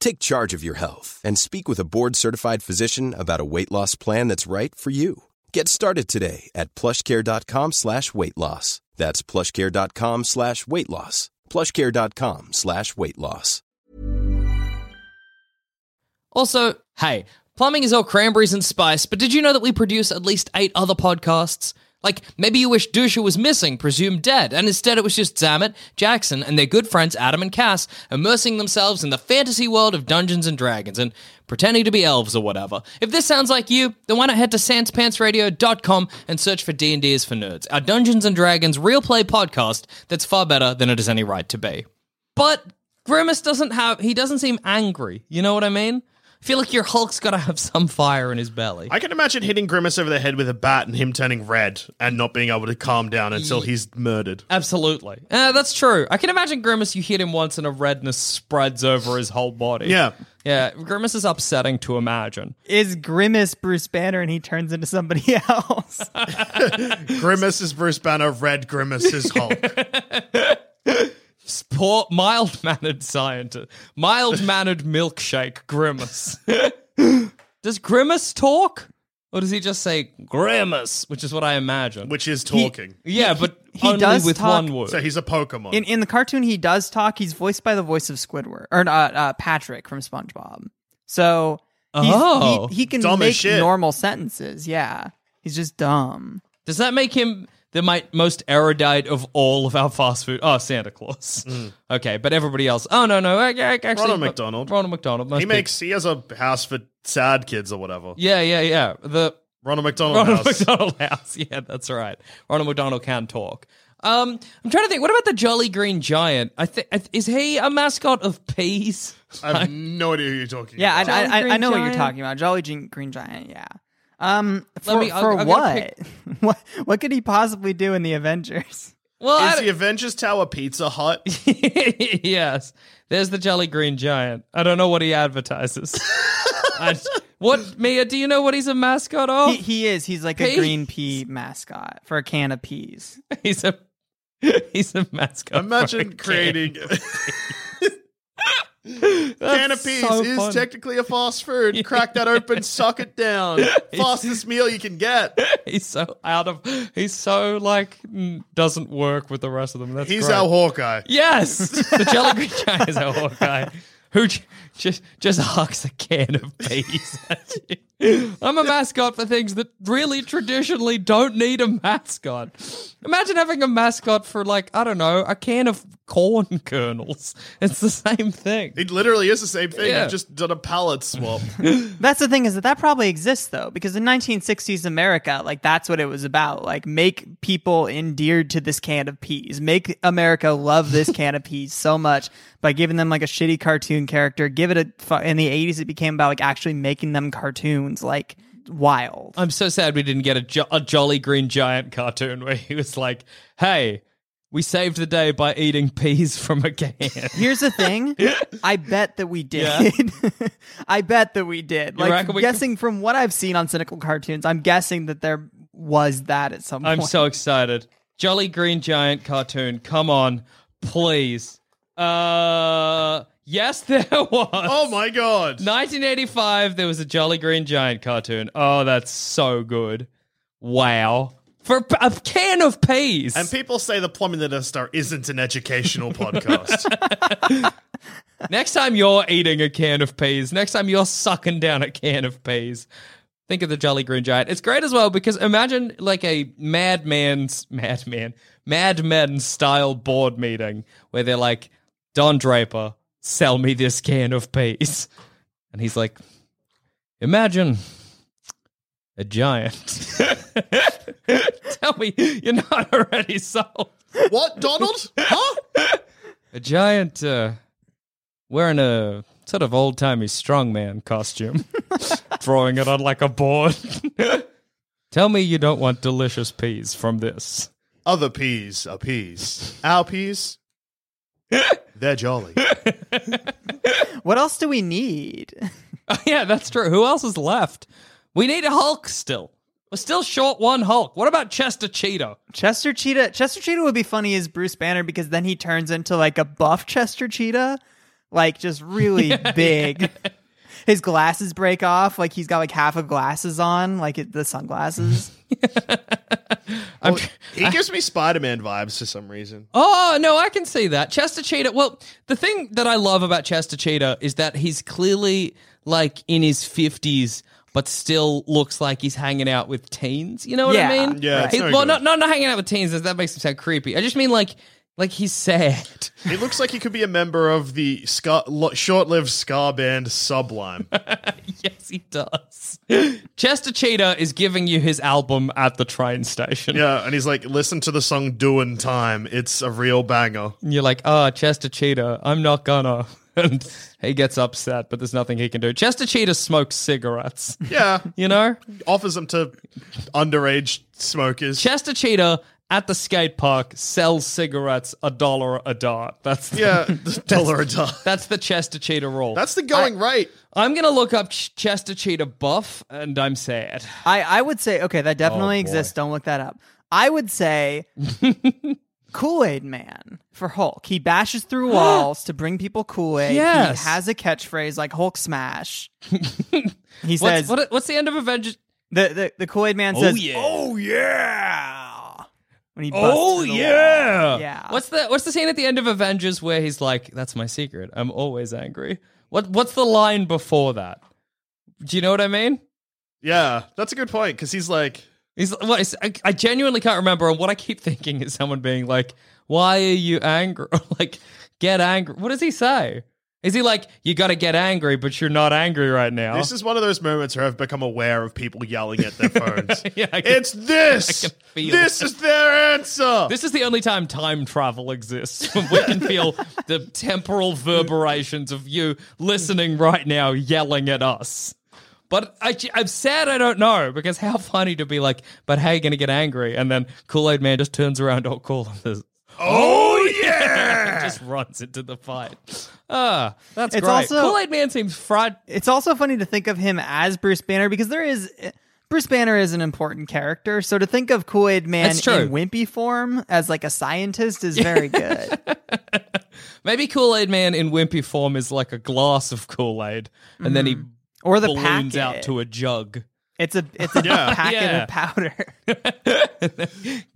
Speaker 7: Take charge of your health and speak with a board-certified physician about a weight loss plan that's right for you. Get started today at plushcare.com slash weight loss. That's plushcare.com slash weight loss. plushcare.com slash weight loss.
Speaker 4: Also, hey, plumbing is all cranberries and spice, but did you know that we produce at least eight other podcasts? Like, maybe you wish Dusha was missing, presumed dead, and instead it was just Zamet, Jackson, and their good friends Adam and Cass immersing themselves in the fantasy world of Dungeons and Dragons and pretending to be elves or whatever. If this sounds like you, then why not head to sanspantsradio.com and search for D&D is for Nerds, our Dungeons and Dragons real play podcast that's far better than it has any right to be. But Grimace doesn't have. He doesn't seem angry. You know what I mean? I feel like your Hulk's got to have some fire in his belly.
Speaker 5: I can imagine hitting Grimace over the head with a bat and him turning red and not being able to calm down until he's murdered.
Speaker 4: Absolutely. Uh, that's true. I can imagine Grimace. You hit him once, and a redness spreads over his whole body.
Speaker 5: Yeah.
Speaker 4: Yeah. Grimace is upsetting to imagine.
Speaker 3: Is Grimace Bruce Banner and he turns into somebody else?
Speaker 5: Grimace is Bruce Banner, red Grimace is Hulk.
Speaker 4: Poor mild mannered scientist, mild mannered milkshake Grimace. does Grimace talk, or does he just say Grimace, which is what I imagine?
Speaker 5: which is talking.
Speaker 4: yeah, but
Speaker 3: he
Speaker 4: only
Speaker 3: does
Speaker 4: with
Speaker 3: talk-
Speaker 4: one word.
Speaker 5: so he's a Pokemon.
Speaker 3: in in the cartoon, he does talk. He's voiced by the voice of Squidward or uh, uh, Patrick from SpongeBob. So he's,
Speaker 4: Oh.
Speaker 3: he, he can
Speaker 5: Dumb as
Speaker 3: make
Speaker 5: shit.
Speaker 3: normal sentences. Yeah, he's just dumb.
Speaker 4: Does that make him the mi- most erudite of all of our fast food? Oh, Santa Claus. Okay, but everybody else. Oh no, no, ac- ac- actually,
Speaker 5: Mm. Ronald
Speaker 4: but-
Speaker 5: McDonald.
Speaker 4: Ronald McDonald. must
Speaker 5: he
Speaker 4: be-
Speaker 5: makes he has a house for sad kids or whatever.
Speaker 4: Yeah, yeah, yeah. The
Speaker 5: Ronald McDonald
Speaker 4: Ronald
Speaker 5: House.
Speaker 4: McDonald House. Yeah, that's right. Ronald McDonald can talk. Um, I'm trying to think. What about the Jolly Green Giant? I think is he a mascot of peas?
Speaker 5: I have no idea who you're talking
Speaker 3: Yeah,
Speaker 5: about.
Speaker 3: I, I, I, I
Speaker 4: Green
Speaker 3: know what you're
Speaker 4: Giant.
Speaker 3: talking about. Jolly Green, Green Giant. Yeah. Um, for,
Speaker 4: me- I-
Speaker 3: for
Speaker 4: I gotta
Speaker 3: what? what? What could he possibly do in the Avengers?
Speaker 4: Well, I
Speaker 5: Is
Speaker 4: don't-
Speaker 5: the Avengers Tower Pizza Hut?
Speaker 4: yes. There's the Jolly Green Giant. I don't know what he advertises. I- what, Mia, do you know what he's a mascot of?
Speaker 3: He, he is. He's like a
Speaker 4: Peas.
Speaker 3: green pea mascot for a can of peas.
Speaker 4: he's a he's a mascot.
Speaker 5: Imagine creating canopies
Speaker 4: so
Speaker 5: is
Speaker 4: fun.
Speaker 5: technically a fast food. Crack that open, suck it down. Fastest meal you can get.
Speaker 4: He's so out of he's so like mm, doesn't work with the rest of them. That's
Speaker 5: He's
Speaker 4: great.
Speaker 5: our Hawkeye.
Speaker 4: Yes, the Jelly Green Giant is a Hawkeye who j- just just hucks a can of peas. at you. I'm a mascot for things that really traditionally don't need a mascot. Imagine having a mascot for like I don't know a can of corn kernels. It's the same thing.
Speaker 5: It literally is the same thing.
Speaker 4: Yeah.
Speaker 5: You've just done a palette swap.
Speaker 3: That's the thing is that that probably exists though, because in 1960s America, like that's what it was about. Like make people endeared to this can of peas, make America love this can of peas so much by giving them like a shitty cartoon character. Give it a fu- in the 80s it became about like actually making them cartoons like wild.
Speaker 4: I'm so sad we didn't get a, jo- a Jolly Green Giant cartoon where he was like, "Hey, we saved the day by eating peas from a can."
Speaker 3: Here's the thing. I bet that we did. I bet that we did.
Speaker 4: You
Speaker 3: like
Speaker 4: reckon we-
Speaker 3: guessing from what I've seen on cynical cartoons, I'm guessing that there was that at some
Speaker 4: I'm
Speaker 3: point.
Speaker 4: so excited. Jolly Green Giant cartoon. Come on, please. Uh, yes, there was.
Speaker 5: oh my god.
Speaker 4: 1985, there was a Jolly Green Giant cartoon. Oh, that's so good. Wow. For a p- a can of peas.
Speaker 5: And people say the plumbing that star isn't an educational podcast.
Speaker 4: next time you're eating a can of peas, next time you're sucking down a can of peas, think of the Jolly Green Giant. It's great as well because imagine like a madman's madman, madmen style board meeting where they're like, Don Draper, sell me this can of peas. And he's like, imagine a giant. Tell me you're not already sold
Speaker 5: what, Donald? Huh?
Speaker 4: a giant uh, wearing a sort of old timey strongman costume, throwing it on like a board. Tell me you don't want delicious peas from this.
Speaker 5: Other peas are peas. Our peas, they're jolly.
Speaker 3: What else do we need?
Speaker 4: Oh, yeah, that's true. Who else is left? We need a Hulk still. We're still short one Hulk. What about Chester Cheeto?
Speaker 3: Chester Cheetah. Chester Cheetah would be funny as Bruce Banner because then he turns into like a buff Chester Cheetah, like just really big. His glasses break off, like he's got like half of glasses on, like it, the sunglasses.
Speaker 4: I'm,
Speaker 5: He gives me Spider Man vibes for some reason.
Speaker 4: Oh, no, I can see that. Chester Cheetah. Well, the thing that I love about Chester Cheetah is that he's clearly like in his 50s, but still looks like he's hanging out with teens. You know what
Speaker 3: Yeah.
Speaker 4: I mean?
Speaker 5: Yeah, it's
Speaker 4: He-
Speaker 5: no
Speaker 4: well,
Speaker 5: good.
Speaker 4: not, not, not hanging out with teens. That makes him sound creepy. I just mean like, like he's sad.
Speaker 5: He looks like he could be a member of the Scar- lo- short lived Scar band Sublime.
Speaker 4: yes, he does. Chester Cheetah is giving you his album at the train station.
Speaker 5: Yeah, and he's like, listen to the song Doin' Time. It's a real banger.
Speaker 4: And you're like, oh, Chester Cheetah, I'm not gonna. And he gets upset, but there's nothing he can do. Chester Cheetah smokes cigarettes.
Speaker 5: Yeah.
Speaker 4: You know?
Speaker 5: Offers them to underage smokers.
Speaker 4: Chester Cheetah at the skate park sells cigarettes a dollar a dart. That's the,
Speaker 5: yeah, the dollar a dime.
Speaker 4: That's the Chester Cheetah rule.
Speaker 5: That's the going rate.
Speaker 4: I'm gonna look up Ch- Chester Cheetah buff, and I'm sad.
Speaker 3: I, I would say, okay,
Speaker 4: Oh,
Speaker 3: that definitely exists. Don't look that up. I would say Kool Aid Man for Hulk. He bashes through walls to bring people Kool Aid.
Speaker 4: Yes.
Speaker 3: He has a catchphrase like Hulk Smash. he
Speaker 4: What's,
Speaker 3: says,
Speaker 4: what, what's the end of Avengers?
Speaker 3: the, the, the Kool Aid Man says,
Speaker 4: Oh
Speaker 3: yeah. When he busts
Speaker 4: Oh
Speaker 3: through the
Speaker 4: yeah.
Speaker 3: wall. Yeah.
Speaker 4: What's the What's the scene at the end of Avengers where he's like, "That's my secret. I'm always angry." What What's the line before that? Do you know what I mean?
Speaker 5: Yeah, that's a good point because he's like,
Speaker 4: He's, what, is- I, I genuinely can't remember. And what I keep thinking is someone being like, why are you angry? Or like, get angry. What does he say? Is he like, you got to get angry, but you're not angry right now?
Speaker 5: this is one of those moments where I've become aware of people yelling at their phones.
Speaker 4: Yeah, I can-
Speaker 5: it's this.
Speaker 4: I can feel
Speaker 5: this is their answer.
Speaker 4: this is the only time time travel exists when we can feel the temporal reverberations of you listening right now yelling at us. But I, I'm sad I don't know because how funny to be like, but how are you going to get angry? And then Kool Aid Man just turns around all cool and says,
Speaker 5: Oh, yeah!
Speaker 4: just runs into the fight. Ah, that's
Speaker 3: It's
Speaker 4: great.
Speaker 3: also-
Speaker 4: Kool Aid Man seems fried.
Speaker 3: It's also funny to think of him as Bruce Banner because there is eh, Bruce Banner is an important character. So to think of Kool Aid Man in
Speaker 4: That's true.
Speaker 3: wimpy form as like a scientist is very good.
Speaker 4: Maybe Kool Aid Man in wimpy form is like a glass of Kool Aid, and then he
Speaker 3: Mm. Or the
Speaker 4: balloons
Speaker 3: packet.
Speaker 4: out to a jug,
Speaker 3: it's a it's a packet
Speaker 4: Yeah.
Speaker 3: of powder.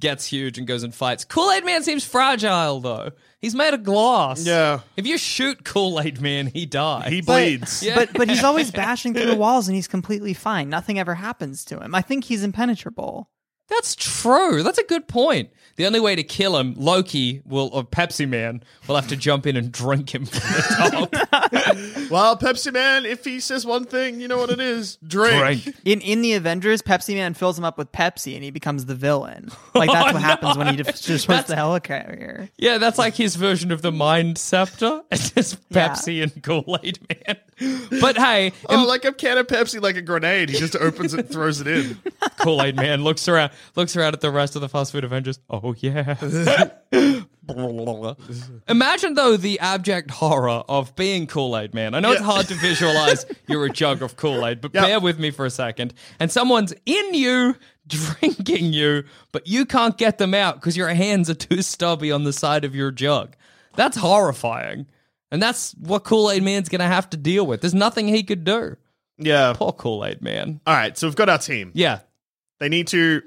Speaker 4: gets huge, and goes and fights. Kool Aid Man seems fragile though. He's made of glass.
Speaker 5: Yeah.
Speaker 4: If you shoot Kool Aid Man, he dies.
Speaker 5: He
Speaker 3: But-
Speaker 5: bleeds.
Speaker 3: But, but he's always bashing through walls and he's completely fine. Nothing ever happens to him. I think he's impenetrable.
Speaker 4: That's true. That's a good point. The only way to kill him, Loki will or Pepsi Man will have to jump in and drink him from the top.
Speaker 5: Well, Pepsi Man, if he says one thing, you know what it is. Drink.
Speaker 3: In in the Avengers, Pepsi Man fills him up with Pepsi and he becomes the villain. Like
Speaker 4: Oh,
Speaker 3: that's what happens when he def- destroys the helicarrier.
Speaker 4: Yeah, that's like his version of the Mind Scepter. It's just Pepsi and Kool Aid Man. But hey,
Speaker 5: Oh, like a can of Pepsi, like a grenade. He just opens it and throws it in.
Speaker 4: Kool Aid Man looks around, looks around at the rest of the fast food Avengers. Oh yeah. Imagine though the abject horror of being Kool Aid Man. I know it's
Speaker 5: Yeah.
Speaker 4: hard to visualize. You're a jug of Kool Aid, but
Speaker 5: Yeah.
Speaker 4: bear with me for a second. And someone's in you, drinking you, but you can't get them out because your hands are too stubby on the side of your jug. That's horrifying. And that's what Kool Aid Man's going to have to deal with. There's nothing he could do.
Speaker 5: Yeah.
Speaker 4: Poor Kool Aid Man.
Speaker 5: All right, so we've got our team.
Speaker 4: Yeah,
Speaker 5: They need to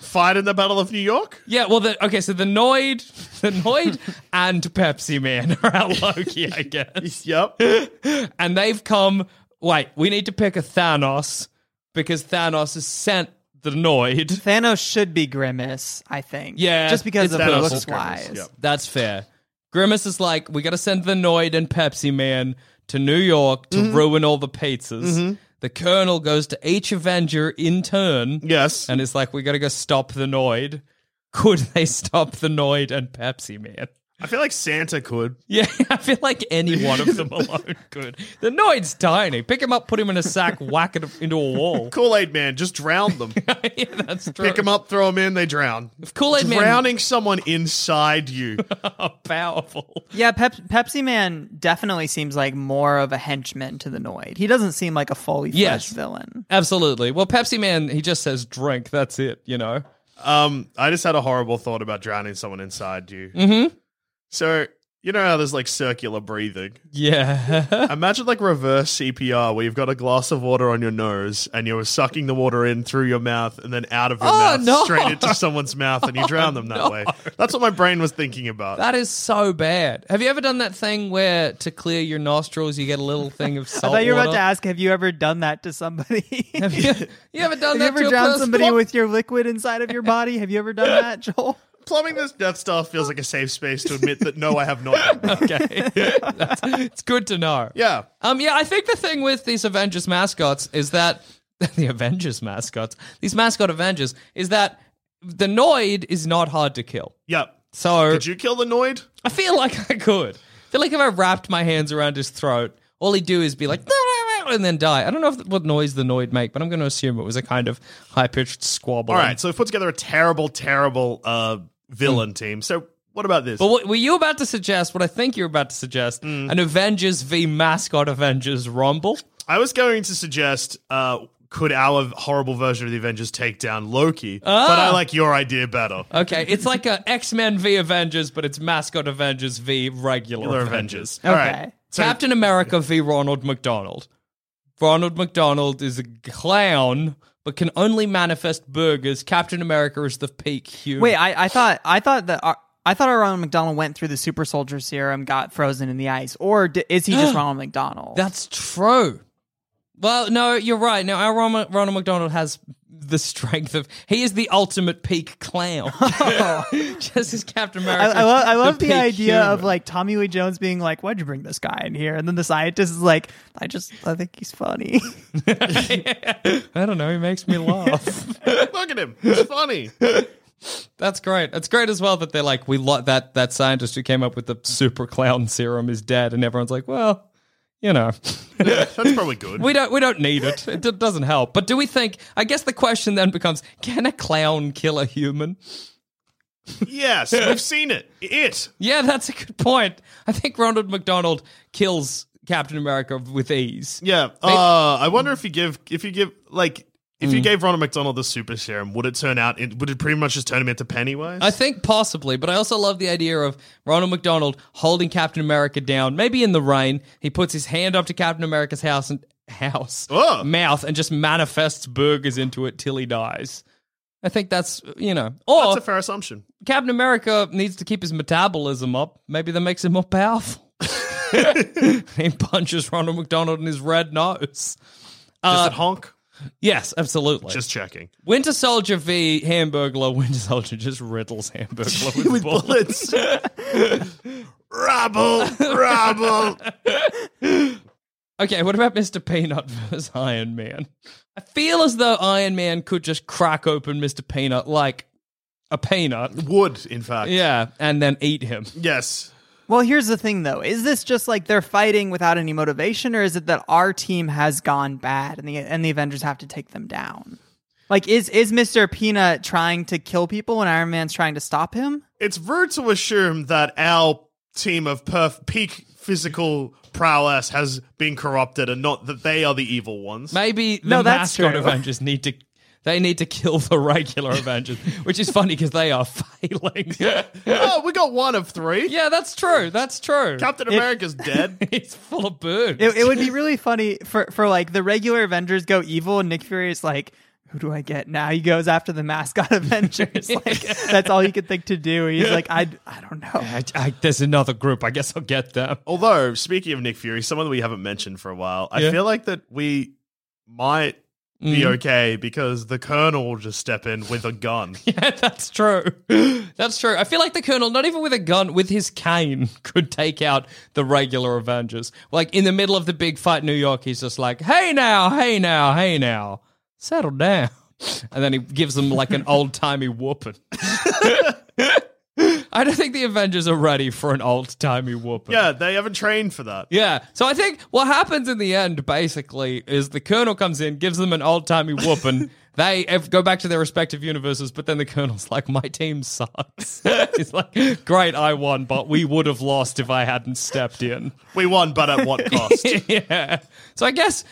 Speaker 5: fight in the Battle of New York.
Speaker 4: Yeah, well, the, okay, so the Noid, the Noid and Pepsi Man are out Loki, I guess.
Speaker 5: Yep.
Speaker 4: And they've come. Wait, we need to pick a Thanos because Thanos has sent the Noid.
Speaker 3: Thanos should be Grimace, I think.
Speaker 4: Yeah,
Speaker 3: Just because
Speaker 4: it's
Speaker 3: of
Speaker 4: Thanos'
Speaker 3: looks
Speaker 5: Grimace,
Speaker 3: wise.
Speaker 5: yep.
Speaker 4: That's fair. Grimace is like, we got to send the Noid and Pepsi Man to New York
Speaker 5: Mm-hmm.
Speaker 4: to ruin all the pizzas. The Colonel goes to each Avenger in turn.
Speaker 5: Yes.
Speaker 4: And it's like, we got to go stop the Noid. Could they stop the Noid and Pepsi Man?
Speaker 5: I feel like Santa could.
Speaker 4: Yeah, I feel like any one of them alone could. The Noid's tiny. Pick him up, put him in a sack, whack it into a wall.
Speaker 5: Kool Aid Man, just drown them.
Speaker 4: yeah, that's true.
Speaker 5: Pick them up, throw them in, they drown.
Speaker 4: Kool Aid Man.
Speaker 5: Drowning someone inside you.
Speaker 4: powerful.
Speaker 3: Yeah, Pep- Pepsi Man definitely seems like more of a henchman to the Noid. He doesn't seem like a fully fledged
Speaker 4: Yes.
Speaker 3: villain.
Speaker 4: Absolutely. Well, Pepsi Man, he just says drink. That's it. You know.
Speaker 5: Um, I just had a horrible thought about drowning someone inside you.
Speaker 4: Mm-hmm.
Speaker 5: So you know how there's like circular breathing.
Speaker 4: Yeah.
Speaker 5: Imagine like reverse CPR, where you've got a glass of water on your nose and you're sucking the water in through your mouth and then out of your
Speaker 4: Oh,
Speaker 5: mouth
Speaker 4: no. Oh,
Speaker 5: straight into someone's mouth, and you drown them that way. That's what my brain was thinking about.
Speaker 4: that is so bad. Have you ever done that thing where to clear your nostrils you get a little thing of
Speaker 3: I
Speaker 4: salt?
Speaker 3: thought you were about
Speaker 4: water?
Speaker 3: to ask, have you ever done that to somebody?
Speaker 4: Have you, you ever
Speaker 3: Have you
Speaker 4: done that? to
Speaker 3: ever
Speaker 4: a
Speaker 3: drowned
Speaker 4: person?
Speaker 3: somebody
Speaker 4: What?
Speaker 3: with your liquid inside of your body? Have you ever done that, Joel?
Speaker 5: Plumbing this Death Star feels like a safe space to admit that no, I have not. done that.
Speaker 4: Okay, That's- it's good to know.
Speaker 5: Yeah.
Speaker 4: Um, yeah, I think the thing with these Avengers mascots is that the Avengers mascots, these mascot Avengers, is that the Noid is not hard to kill.
Speaker 5: Yep.
Speaker 4: So
Speaker 5: Did you kill the Noid?
Speaker 4: I feel like I could. I feel like if I wrapped my hands around his throat, all he'd do is be like and then die. I don't know if, what noise the Noid make, but I'm going to assume it was a kind of high pitched squabble.
Speaker 5: All right. So we've put together a terrible, terrible uh, villain team. So what about this?
Speaker 4: Mm. But what, were you about to suggest? What I think you're about to suggest: an Avengers v mascot Avengers rumble.
Speaker 5: I was going to suggest uh, could our horrible version of the Avengers take down Loki, but
Speaker 4: Ah.
Speaker 5: I like your idea better.
Speaker 4: Okay, it's like a X Men v Avengers, but it's mascot Avengers v regular,
Speaker 5: Your
Speaker 4: Avengers.
Speaker 5: Avengers. All right.
Speaker 3: Okay.
Speaker 5: So-
Speaker 4: Captain America v Ronald McDonald. Ronald McDonald is a clown, but can only manifest burgers. Captain America is the peak human.
Speaker 3: Wait, I, I thought I thought that our, I thought our Ronald McDonald went through the super soldier serum, got frozen in the ice, or d- is he just Ronald McDonald?
Speaker 4: that's true. Well, no, you're right. Now, our Ronald, Ronald McDonald has the strength of he is the ultimate peak clown. Just as Captain America.
Speaker 3: I, I, lo- I love the,
Speaker 4: peak
Speaker 3: idea of
Speaker 4: human.
Speaker 3: like Tommy Lee Jones being like, "Why'd you bring this guy in here?" And then the scientist is like, "I just I think he's funny."
Speaker 4: I don't know. He makes me laugh.
Speaker 5: Look at him. It's funny.
Speaker 4: That's great. It's great as well that they're like, we lo- that that scientist who came up with the super clown serum is dead, and everyone's like, well, you know,
Speaker 5: That's probably good.
Speaker 4: we don't we don't need it. It d- doesn't help. But do we think? I guess the question then becomes: Can a clown kill a human?
Speaker 5: yes, we've seen it. It.
Speaker 4: Yeah, that's a good point. I think Ronald McDonald kills Captain America with ease.
Speaker 5: Yeah. Uh, I wonder if you give if you give like if you gave Ronald McDonald the super serum, would it turn out? It, would it pretty much just turn him into Pennywise?
Speaker 4: I think possibly, but I also love the idea of Ronald McDonald holding Captain America down, maybe in the rain. He puts his hand up to Captain America's house and house
Speaker 5: Oh.
Speaker 4: mouth and just manifests burgers into it till he dies. I think that's you know, or
Speaker 5: That's a fair assumption.
Speaker 4: Captain America needs to keep his metabolism up. Maybe that makes him more powerful. he punches Ronald McDonald in his red nose.
Speaker 5: Does it honk?
Speaker 4: Yes, absolutely.
Speaker 5: Just checking.
Speaker 4: Winter Soldier v Hamburglar. Winter Soldier just riddles Hamburglar with, bullets.
Speaker 5: bullets. rubble, rubble.
Speaker 4: Okay, what about Mr. Peanut versus Iron Man? I feel as though Iron Man could just crack open Mr. Peanut like a peanut.
Speaker 5: Wood, in fact.
Speaker 4: Yeah, and then eat him.
Speaker 5: Yes.
Speaker 3: Well, here's the thing though. Is this just like they're fighting without any motivation or is it that our team has gone bad and the and the Avengers have to take them down? Like is is Mr. Peanut trying to kill people and Iron Man's trying to stop him?
Speaker 5: It's rude to assume that our team of perf- peak physical prowess has been corrupted and not that they are the evil ones.
Speaker 4: Maybe the
Speaker 3: No, that's
Speaker 4: mascot
Speaker 3: true.
Speaker 4: Avengers need to they need to kill the regular Avengers, which is funny because they are failing. yeah,
Speaker 5: oh, we got one of three.
Speaker 4: that's true. That's true.
Speaker 5: Captain
Speaker 4: It-
Speaker 5: America's dead.
Speaker 4: It's full of birds.
Speaker 3: It, it would be really funny for for like the regular Avengers go evil and Nick Fury is like who do I get now? He goes after the mascot Avengers. Like that's all he could think to do. He's like, I, I don't know.
Speaker 4: I, I- there's another group. I guess I'll get them.
Speaker 5: Although, speaking of Nick Fury, someone that we haven't mentioned for a while, I
Speaker 4: Yeah.
Speaker 5: feel like that we might be
Speaker 4: Mm.
Speaker 5: okay because the Colonel will just step in with a gun.
Speaker 4: Yeah, that's true. That's true. I feel like the Colonel, not even with a gun, with his cane, could take out the regular Avengers. Like in the middle of the big fight in New York, he's just like, hey now, hey now, hey now, settle down. And then he gives them like an old timey whooping. I don't think the Avengers are ready for an old timey whooping.
Speaker 5: yeah, they haven't trained for that.
Speaker 4: Yeah. So I think what happens in the end, basically, is the colonel comes in, gives them an old timey whooping. they ev- go back to their respective universes, but then the colonel's like, "My team sucks." He's like, "Great, I won, but we would have lost if I hadn't stepped in."
Speaker 5: We won, but at what cost?
Speaker 4: yeah. So I guess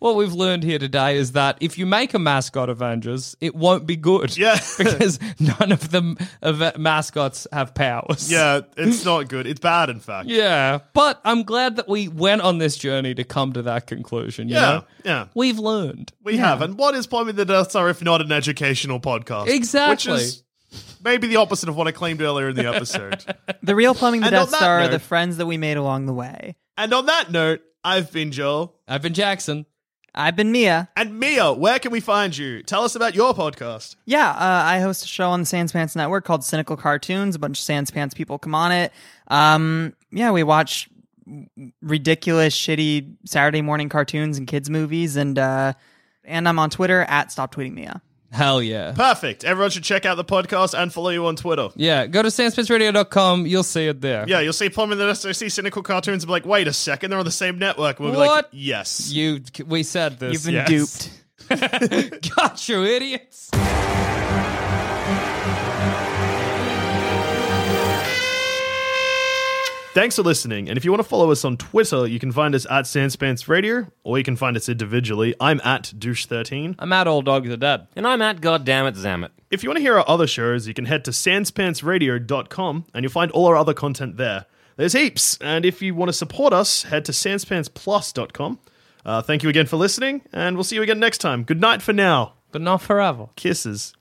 Speaker 4: what we've learned here today is that if you make a mascot Avengers, it won't be good.
Speaker 5: Yeah.
Speaker 4: because none of the av- mascots have powers.
Speaker 5: yeah, it's not good. It's bad, in fact.
Speaker 4: Yeah, but I'm glad that we went on this journey to come to that conclusion. you
Speaker 5: Yeah,
Speaker 4: know?
Speaker 5: yeah.
Speaker 4: We've learned.
Speaker 5: We have. And what is Plumbing the Deaths Are if not an educational podcast?
Speaker 4: Exactly.
Speaker 5: Which is maybe the opposite of what I claimed earlier in the episode.
Speaker 3: The real plumbing the
Speaker 5: And on
Speaker 3: Death
Speaker 5: that
Speaker 3: Star are
Speaker 5: note-
Speaker 3: the friends that we made along the way.
Speaker 5: and on that note, I've been Joel.
Speaker 4: I've been Jackson.
Speaker 3: I've been Mia.
Speaker 5: And Mia, where can we find you? Tell us about your podcast.
Speaker 3: Yeah, uh, I host a show on the Sans Pants Network called Cynical Cartoons. A bunch of Sans Pants people come on it. Um, yeah, we watch ridiculous, shitty Saturday morning cartoons and kids movies, and uh, and I'm on Twitter at Stop Tweeting Mia.
Speaker 4: Hell yeah.
Speaker 5: Perfect. Everyone should check out the podcast and follow you on Twitter.
Speaker 4: Yeah, go to sanspitzradio.com. You'll see it there.
Speaker 5: Yeah, you'll see Plumbing the Deaths. I see cynical cartoons and be like, wait a second, they're on the same network. We'll be like,
Speaker 4: What?
Speaker 5: yes.
Speaker 4: You, we said this.
Speaker 3: You've been
Speaker 4: yes.
Speaker 3: duped.
Speaker 4: Got you, idiots.
Speaker 5: Thanks for listening. And if you want to follow us on Twitter, you can find us at Sanspants Radio, or you can find us individually. I'm at Douche13.
Speaker 4: I'm at All Dogs Are Dead.
Speaker 2: And I'm at Goddammit Zammit.
Speaker 5: If you want to hear our other shows, you can head to sanspantsradio.com and you'll find all our other content there. There's heaps. And if you want to support us, head to sanspantsplus.com. Uh, thank you again for listening, and we'll see you again next time. Good night for now.
Speaker 4: But not forever.
Speaker 5: Kisses.